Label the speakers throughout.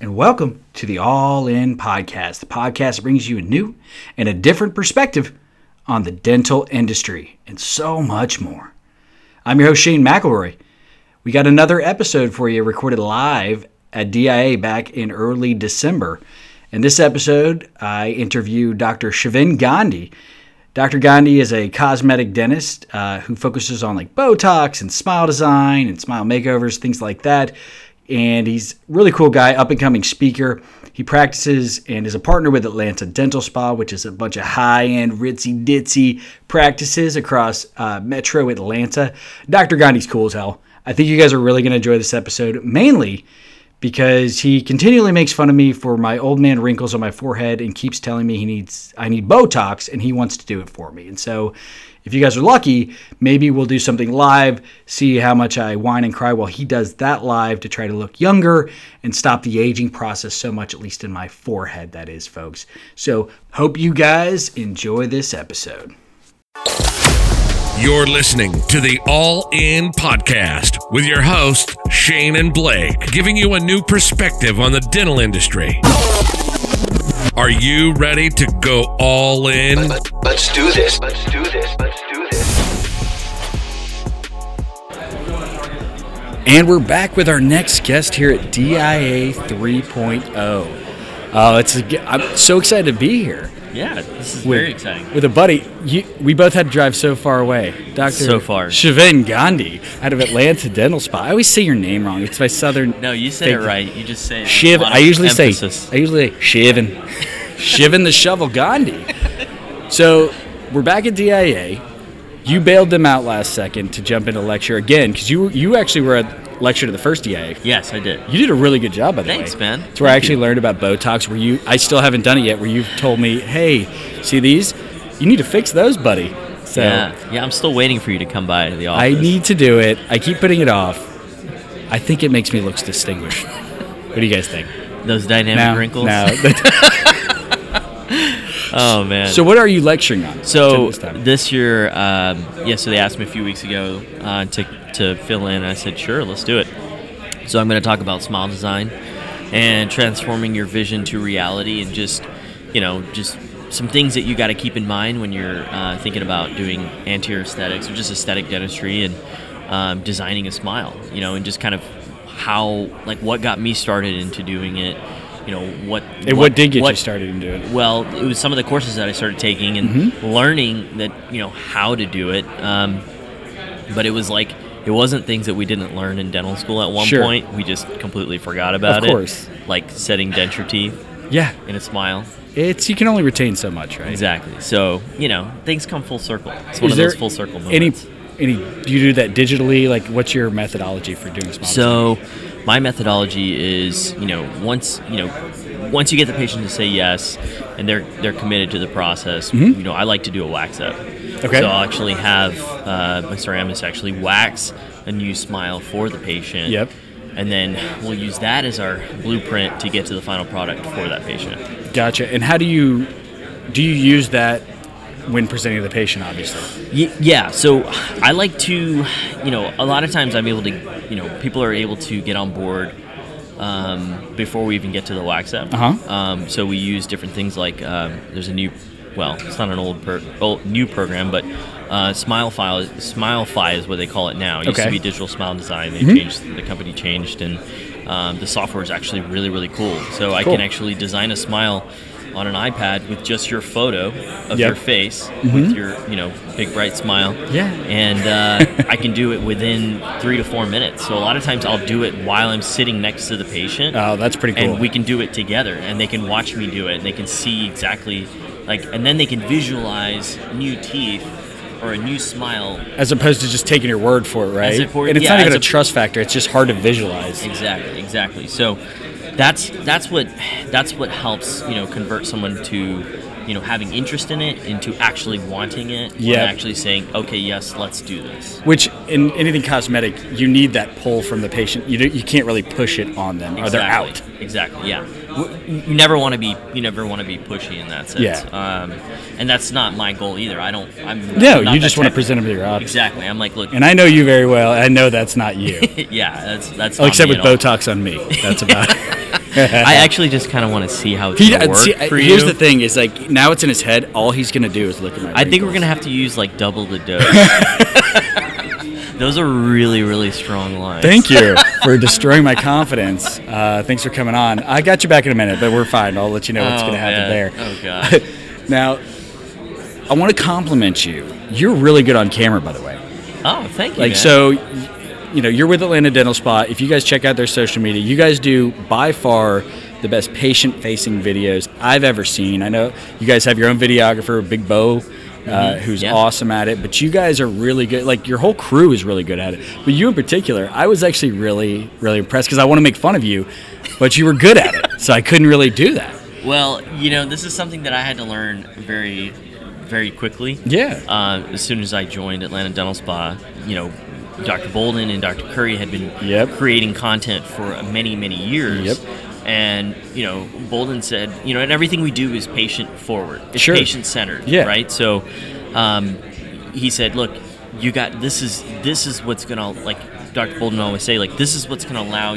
Speaker 1: and welcome to the All In Podcast. The podcast that brings you a new and a different perspective on the dental industry and so much more. I'm your host, Shane McElroy. We got another episode for you recorded live at DIA back in early December. In this episode, I interview Dr. Shavin Gandhi. Dr. Gandhi is a cosmetic dentist uh, who focuses on like Botox and smile design and smile makeovers, things like that. And he's a really cool guy, up and coming speaker. He practices and is a partner with Atlanta Dental Spa, which is a bunch of high end, ritzy ditzy practices across uh, metro Atlanta. Dr. Gandhi's cool as hell. I think you guys are really going to enjoy this episode, mainly because he continually makes fun of me for my old man wrinkles on my forehead and keeps telling me he needs I need Botox and he wants to do it for me. And so if you guys are lucky, maybe we'll do something live, see how much I whine and cry while he does that live to try to look younger and stop the aging process so much, at least in my forehead, that is, folks. So hope you guys enjoy this episode.
Speaker 2: You're listening to the All In Podcast with your hosts, Shane and Blake, giving you a new perspective on the dental industry. Are you ready to go all in?
Speaker 3: Let, let's do this. Let's do this. Let's do this.
Speaker 1: And we're back with our next guest here at DIA 3.0. Uh, it's a, I'm so excited to be here.
Speaker 4: Yeah, this is
Speaker 1: with-
Speaker 4: very exciting.
Speaker 1: With a buddy, you, we both had to drive so far away. Dr.
Speaker 4: So far.
Speaker 1: Shavin Gandhi out of Atlanta Dental Spa. I always say your name wrong. It's my southern.
Speaker 4: No, you said
Speaker 1: Thank
Speaker 4: it
Speaker 1: you.
Speaker 4: right. You just say it. with
Speaker 1: Shiv.
Speaker 4: a lot
Speaker 1: I
Speaker 4: of
Speaker 1: usually
Speaker 4: emphasis.
Speaker 1: say. I usually say Shivin. Shivin the shovel Gandhi. So we're back at DIA. You bailed them out last second to jump into lecture again because you you actually were at lecture to the first DIA.
Speaker 4: Yes, I did.
Speaker 1: You did a really good job, by the
Speaker 4: Thanks,
Speaker 1: way.
Speaker 4: man.
Speaker 1: It's where I actually learned about Botox. Where you, I still haven't done it yet. Where you've told me, hey, see these? You need to fix those, buddy. So
Speaker 4: Yeah, yeah. I'm still waiting for you to come by to the
Speaker 1: I
Speaker 4: office.
Speaker 1: need to do it. I keep putting it off. I think it makes me look distinguished. what do you guys think?
Speaker 4: those dynamic wrinkles.
Speaker 1: now.
Speaker 4: Oh man.
Speaker 1: so what are you lecturing on?
Speaker 4: So
Speaker 1: this time?
Speaker 4: this year, um, yeah. So they asked me a few weeks ago uh, to to fill in. and I said, sure, let's do it. So I'm going to talk about smile design and transforming your vision to reality, and just you know, just some things that you got to keep in mind when you're uh, thinking about doing anterior aesthetics or just aesthetic dentistry and um, designing a smile. You know, and just kind of how like what got me started into doing it. You know what?
Speaker 1: and what, did get you started in doing it?
Speaker 4: well it was some of the courses that i started taking and
Speaker 1: Mm-hmm.
Speaker 4: learning that you know how to do it um, but it was like it wasn't things that we didn't learn in dental school at one
Speaker 1: Sure.
Speaker 4: point we just completely forgot about
Speaker 1: course.
Speaker 4: it like setting denture teeth
Speaker 1: Yeah,
Speaker 4: in a smile
Speaker 1: it's you can only retain so much, right?
Speaker 4: exactly so you know things come full circle it's one
Speaker 1: Is
Speaker 4: of those
Speaker 1: there
Speaker 4: full circle moments
Speaker 1: Any, any? Do you do that digitally? Like, what's your methodology for doing small?
Speaker 4: So, my methodology is, you know, once you know, once you get the patient to say yes, and they're they're committed to the process. You know, I like to do a wax up.
Speaker 1: Mm-hmm. Okay.
Speaker 4: So I'll actually have uh, my ceramist actually wax a new smile for the patient.
Speaker 1: Yep.
Speaker 4: And then we'll use that as our blueprint to get to the final product for that patient.
Speaker 1: Gotcha. And how do you do you use that when presenting to the patient? Obviously,
Speaker 4: Y- yeah. So I like to, you know, a lot of times I'm able to, you know, people are able to get on board um, before we even get to the wax up.
Speaker 1: Uh-huh.
Speaker 4: Um, so we use different things like um, there's a new, well, it's not an old, per- old new program, but uh, Smile File, Smile Fi is what they call it now. It used
Speaker 1: Okay. Mm-hmm.
Speaker 4: to be Digital Smile Design. They changed, the company changed, and um, the software is actually really, really cool. So I
Speaker 1: Cool.
Speaker 4: can actually design a smile on an iPad with just your photo of
Speaker 1: Yep. Mm-hmm.
Speaker 4: your face with your, you know, big bright smile.
Speaker 1: Yeah.
Speaker 4: And uh, I can do it within three to four minutes. So a lot of times I'll do it while I'm sitting next to the patient
Speaker 1: oh, that's pretty cool.
Speaker 4: and we can do it together and they can watch me do it and they can see exactly like and then they can visualize new teeth or a new smile
Speaker 1: as opposed to just taking your word for it, right?
Speaker 4: As if we're-
Speaker 1: and it's
Speaker 4: yeah,
Speaker 1: not even
Speaker 4: as
Speaker 1: a,
Speaker 4: a-
Speaker 1: trust factor; it's just hard to visualize.
Speaker 4: exactly exactly so that's that's what that's what helps you know convert someone to you know having interest in it into actually wanting it and
Speaker 1: Yep.
Speaker 4: actually saying okay yes let's do this
Speaker 1: Which in anything cosmetic, you need that pull from the patient. You do, you can't really push it on them, or they're out.
Speaker 4: Exactly. Exactly. Yeah. W- You never want to be. You never want to be pushy in that sense.
Speaker 1: Yeah.
Speaker 4: Um, and that's not my goal either. I don't. I'm.
Speaker 1: No,
Speaker 4: I'm not
Speaker 1: you
Speaker 4: that
Speaker 1: just want to
Speaker 4: type of-
Speaker 1: present them to your audience.
Speaker 4: Exactly. I'm like, look.
Speaker 1: And I know you very well. I know that's not you,
Speaker 4: yeah, that's that's.
Speaker 1: Oh,
Speaker 4: not
Speaker 1: except
Speaker 4: me
Speaker 1: with
Speaker 4: at all.
Speaker 1: Botox on me. That's about. it.
Speaker 4: I actually just kind of want to see how it's
Speaker 1: He, uh,
Speaker 4: gonna work
Speaker 1: see,
Speaker 4: for
Speaker 1: here's
Speaker 4: you.
Speaker 1: the thing: is like now it's in his head. All he's gonna do is look at my.
Speaker 4: I think we're gonna
Speaker 1: wrinkles.
Speaker 4: have to use like double the dose. Those are really, really strong lines.
Speaker 1: Thank you for destroying my confidence. Uh, thanks for coming on. I got you back in a minute, but we're fine. I'll let you know what's
Speaker 4: Oh,
Speaker 1: gonna happen
Speaker 4: man.
Speaker 1: there.
Speaker 4: Oh god.
Speaker 1: Now, I want to compliment you. You're really good on camera, by the way.
Speaker 4: Oh, thank you.
Speaker 1: Like
Speaker 4: man.
Speaker 1: so, you know, you're with Atlanta Dental Spa. If you guys check out their social media, you guys do by far the best patient-facing videos I've ever seen. I know you guys have your own videographer, Big Bo, uh, who's
Speaker 4: Mm-hmm. yeah.
Speaker 1: awesome at it. But you guys are really good. Like your whole crew is really good at it. But you in particular, I was actually really, really impressed because I want to make fun of you, but you were good at it, so I couldn't really do that.
Speaker 4: Well, you know, this is something that I had to learn very, very quickly.
Speaker 1: Yeah.
Speaker 4: Uh, as soon as I joined Atlanta Dental Spa, you know, Dr. Bolden and Dr. Curry had been
Speaker 1: Yep.
Speaker 4: creating content for many, many years.
Speaker 1: Yep.
Speaker 4: And you know, Bolden said, you know, and everything we do is patient forward. It's
Speaker 1: Sure.
Speaker 4: patient centered.
Speaker 1: Yeah.
Speaker 4: Right. So, um, he said, look, you got this is this is what's gonna like Dr. Bolden always say like this is what's gonna allow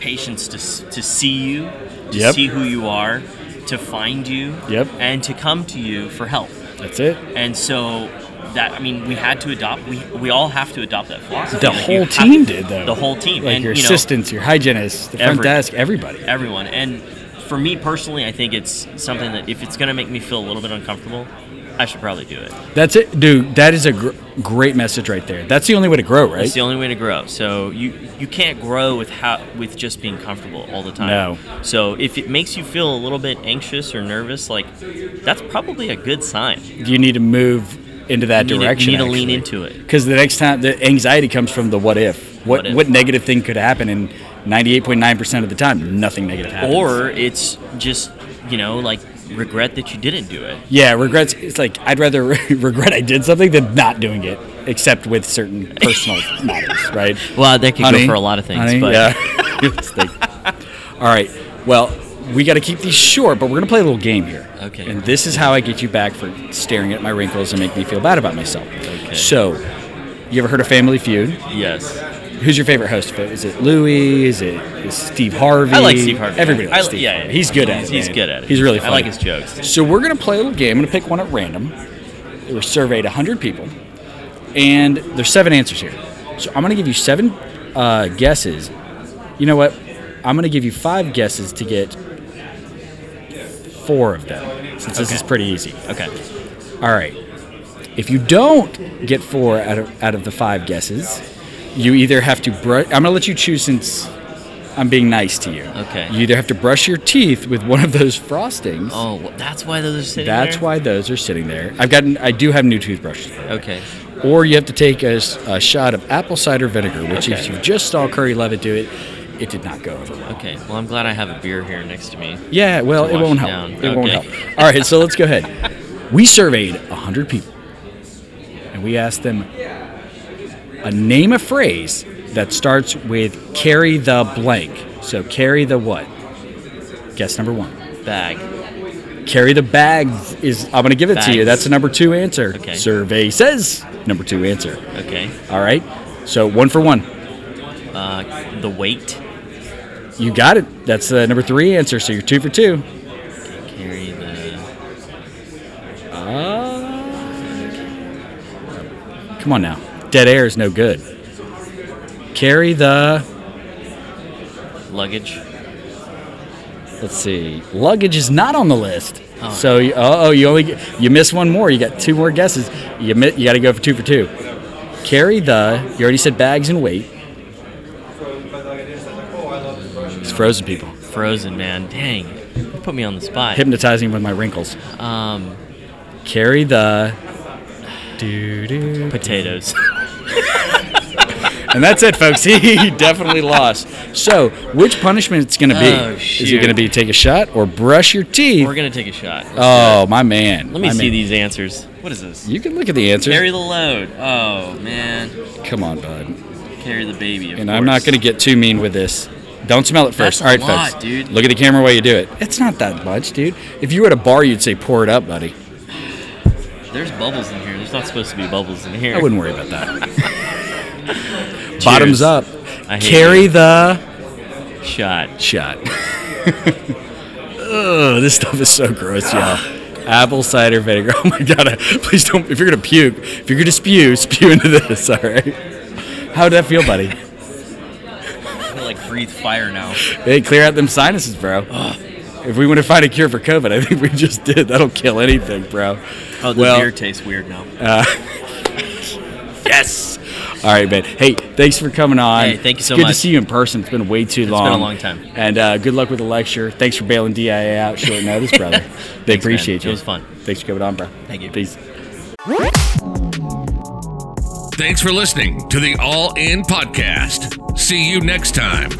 Speaker 4: patients to s- to see you, to
Speaker 1: Yep.
Speaker 4: see who you are, to find you,
Speaker 1: Yep.
Speaker 4: and to come to you for help.
Speaker 1: That's it.
Speaker 4: And so that I mean, we had to adopt. We we all have to adopt that philosophy.
Speaker 1: The
Speaker 4: Like, you
Speaker 1: whole
Speaker 4: have
Speaker 1: team
Speaker 4: to-
Speaker 1: did though.
Speaker 4: The whole team,
Speaker 1: Like
Speaker 4: and
Speaker 1: your
Speaker 4: you know,
Speaker 1: assistants, your hygienists, the front
Speaker 4: every-
Speaker 1: desk, everybody.
Speaker 4: everyone. And for me personally, I think it's something that if it's going to make me feel a little bit uncomfortable, I should probably do it.
Speaker 1: That's it, dude. That is a gr- great message right there. That's the only way to grow, right?
Speaker 4: It's the only way to grow. So you you can't grow with how with just being comfortable all the time.
Speaker 1: No.
Speaker 4: So if it makes you feel a little bit anxious or nervous, like that's probably a good sign.
Speaker 1: you need to move into that
Speaker 4: You need to- you
Speaker 1: direction.
Speaker 4: need to lean into it.
Speaker 1: because the next time the anxiety comes from the what if. What
Speaker 4: What
Speaker 1: what,
Speaker 4: if?
Speaker 1: negative thing could happen? And ninety eight point nine percent of the time, nothing negative happens.
Speaker 4: Or it's just you know like regret that you didn't do it.
Speaker 1: yeah, regrets. It's like I'd rather regret I did something than not doing it, except with certain personal matters, right?
Speaker 4: Well, that could go for a lot of things,
Speaker 1: honey,
Speaker 4: but
Speaker 1: yeah. It's like- all right. Well, we got to keep these short, but we're gonna play a little game here.
Speaker 4: Okay.
Speaker 1: And this is how I get you back for staring at my wrinkles and make me feel bad about myself.
Speaker 4: Okay.
Speaker 1: So, you ever heard of Family Feud?
Speaker 4: yes,
Speaker 1: Who's your favorite host? of it? Is it Louis? Is it is Steve Harvey?
Speaker 4: I like Steve Harvey.
Speaker 1: Everybody
Speaker 4: I
Speaker 1: likes
Speaker 4: li-
Speaker 1: Steve
Speaker 4: yeah,
Speaker 1: Harvey.
Speaker 4: yeah,
Speaker 1: He's
Speaker 4: yeah.
Speaker 1: good at
Speaker 4: He's-
Speaker 1: it.
Speaker 4: he's
Speaker 1: man.
Speaker 4: good at it.
Speaker 1: He's really
Speaker 4: I
Speaker 1: funny.
Speaker 4: like his jokes.
Speaker 1: So we're gonna play a little game. I'm gonna pick one at random. We surveyed 100 people, and there's seven answers here. So I'm gonna give you seven uh, guesses. You know what? I'm gonna give you five guesses to get four of them, since this is pretty easy.
Speaker 4: okay,
Speaker 1: All right. If you don't get four out of out of the five guesses, you either have to brush. I'm gonna let you choose since I'm being nice to you.
Speaker 4: Okay.
Speaker 1: You either have to brush your teeth with one of those frostings.
Speaker 4: oh well, that's why those are sitting
Speaker 1: That's
Speaker 4: there?
Speaker 1: why those are sitting there. I've gotten. I do have new toothbrushes.
Speaker 4: Okay,
Speaker 1: Or you have to take a, s- a shot of apple cider vinegar, which if
Speaker 4: Okay.
Speaker 1: you just saw Curry Levitt do it, it did not go over well.
Speaker 4: okay. Well, I'm glad I have a beer here next to me.
Speaker 1: Yeah. Well,
Speaker 4: To
Speaker 1: it
Speaker 4: wash
Speaker 1: won't
Speaker 4: it
Speaker 1: help.
Speaker 4: down.
Speaker 1: It won't
Speaker 4: Okay.
Speaker 1: help. All right. So let's go ahead. We surveyed hundred people, and we asked them a name a phrase that starts with carry the blank. So carry the what? Guess number one.
Speaker 4: Bag.
Speaker 1: Carry the bag is. I'm gonna give it to you.
Speaker 4: Bags.
Speaker 1: That's the number two answer.
Speaker 4: Okay.
Speaker 1: Survey says number two answer.
Speaker 4: Okay.
Speaker 1: All right. So one for one.
Speaker 4: Uh, the weight.
Speaker 1: You got it. That's the number three answer. So you're two for two.
Speaker 4: Carry the.
Speaker 1: Uh, Come on now. Dead air is no good. Carry the.
Speaker 4: Luggage.
Speaker 1: Let's see. Luggage is not on the list.
Speaker 4: Oh.
Speaker 1: So you- oh, you only get- you missed one more. You got two more guesses. You mi- you got to go for two for two. Carry the. You already said bags and weight. It's frozen people.
Speaker 4: Frozen, man. Dang. You put me on the spot.
Speaker 1: Hypnotizing with my wrinkles.
Speaker 4: Um,
Speaker 1: Carry the. Do do.
Speaker 4: potatoes.
Speaker 1: And that's it, folks. He definitely lost. So, which punishment it's going to be?
Speaker 4: Oh,
Speaker 1: Is it going to
Speaker 4: shoot.
Speaker 1: be take a shot or brush your teeth?
Speaker 4: We're gonna take a shot. Let's do
Speaker 1: oh, my man.
Speaker 4: it. Let me
Speaker 1: my
Speaker 4: see
Speaker 1: man.
Speaker 4: these answers. What is this?
Speaker 1: You can look at the answers.
Speaker 4: Carry the load. Oh man.
Speaker 1: Come on, bud.
Speaker 4: Carry the baby. Of
Speaker 1: And I'm not
Speaker 4: course.
Speaker 1: going to get too mean with this. Don't smell it first.
Speaker 4: That's a
Speaker 1: All right,
Speaker 4: lot,
Speaker 1: folks.
Speaker 4: dude.
Speaker 1: Look at the camera while you do it. It's not that much, dude. If you were at a bar, you'd say pour it up, buddy.
Speaker 4: There's bubbles in here. There's not supposed to be bubbles in here.
Speaker 1: I wouldn't worry about that. Bottoms up.
Speaker 4: I hate
Speaker 1: Carry
Speaker 4: you.
Speaker 1: the
Speaker 4: Shot.
Speaker 1: shot. Ugh, this stuff is so gross, y'all. Apple cider vinegar. Oh my god! I- Please don't. If you're gonna puke, if you're gonna spew, spew into this. All right. How would that feel, buddy?
Speaker 4: I feel like breathe fire now.
Speaker 1: Hey, clear out them sinuses, bro. If we want to find a cure for COVID, I think we just did. That'll kill anything, bro.
Speaker 4: Oh, the
Speaker 1: Well-
Speaker 4: beer tastes weird now.
Speaker 1: Yes. All right, man. Hey, thanks for coming on.
Speaker 4: Hey, thank you
Speaker 1: It's
Speaker 4: so
Speaker 1: good
Speaker 4: much.
Speaker 1: to see you in person. It's been way too
Speaker 4: been
Speaker 1: long.
Speaker 4: a long time.
Speaker 1: And uh, good luck with the lecture. Thanks for bailing DIA out short notice, brother. they
Speaker 4: Thanks, man.
Speaker 1: appreciate you.
Speaker 4: It was fun.
Speaker 1: Thanks for coming on, bro.
Speaker 4: Thank you.
Speaker 1: Peace.
Speaker 2: Thanks for listening to the All In Podcast. See you next time.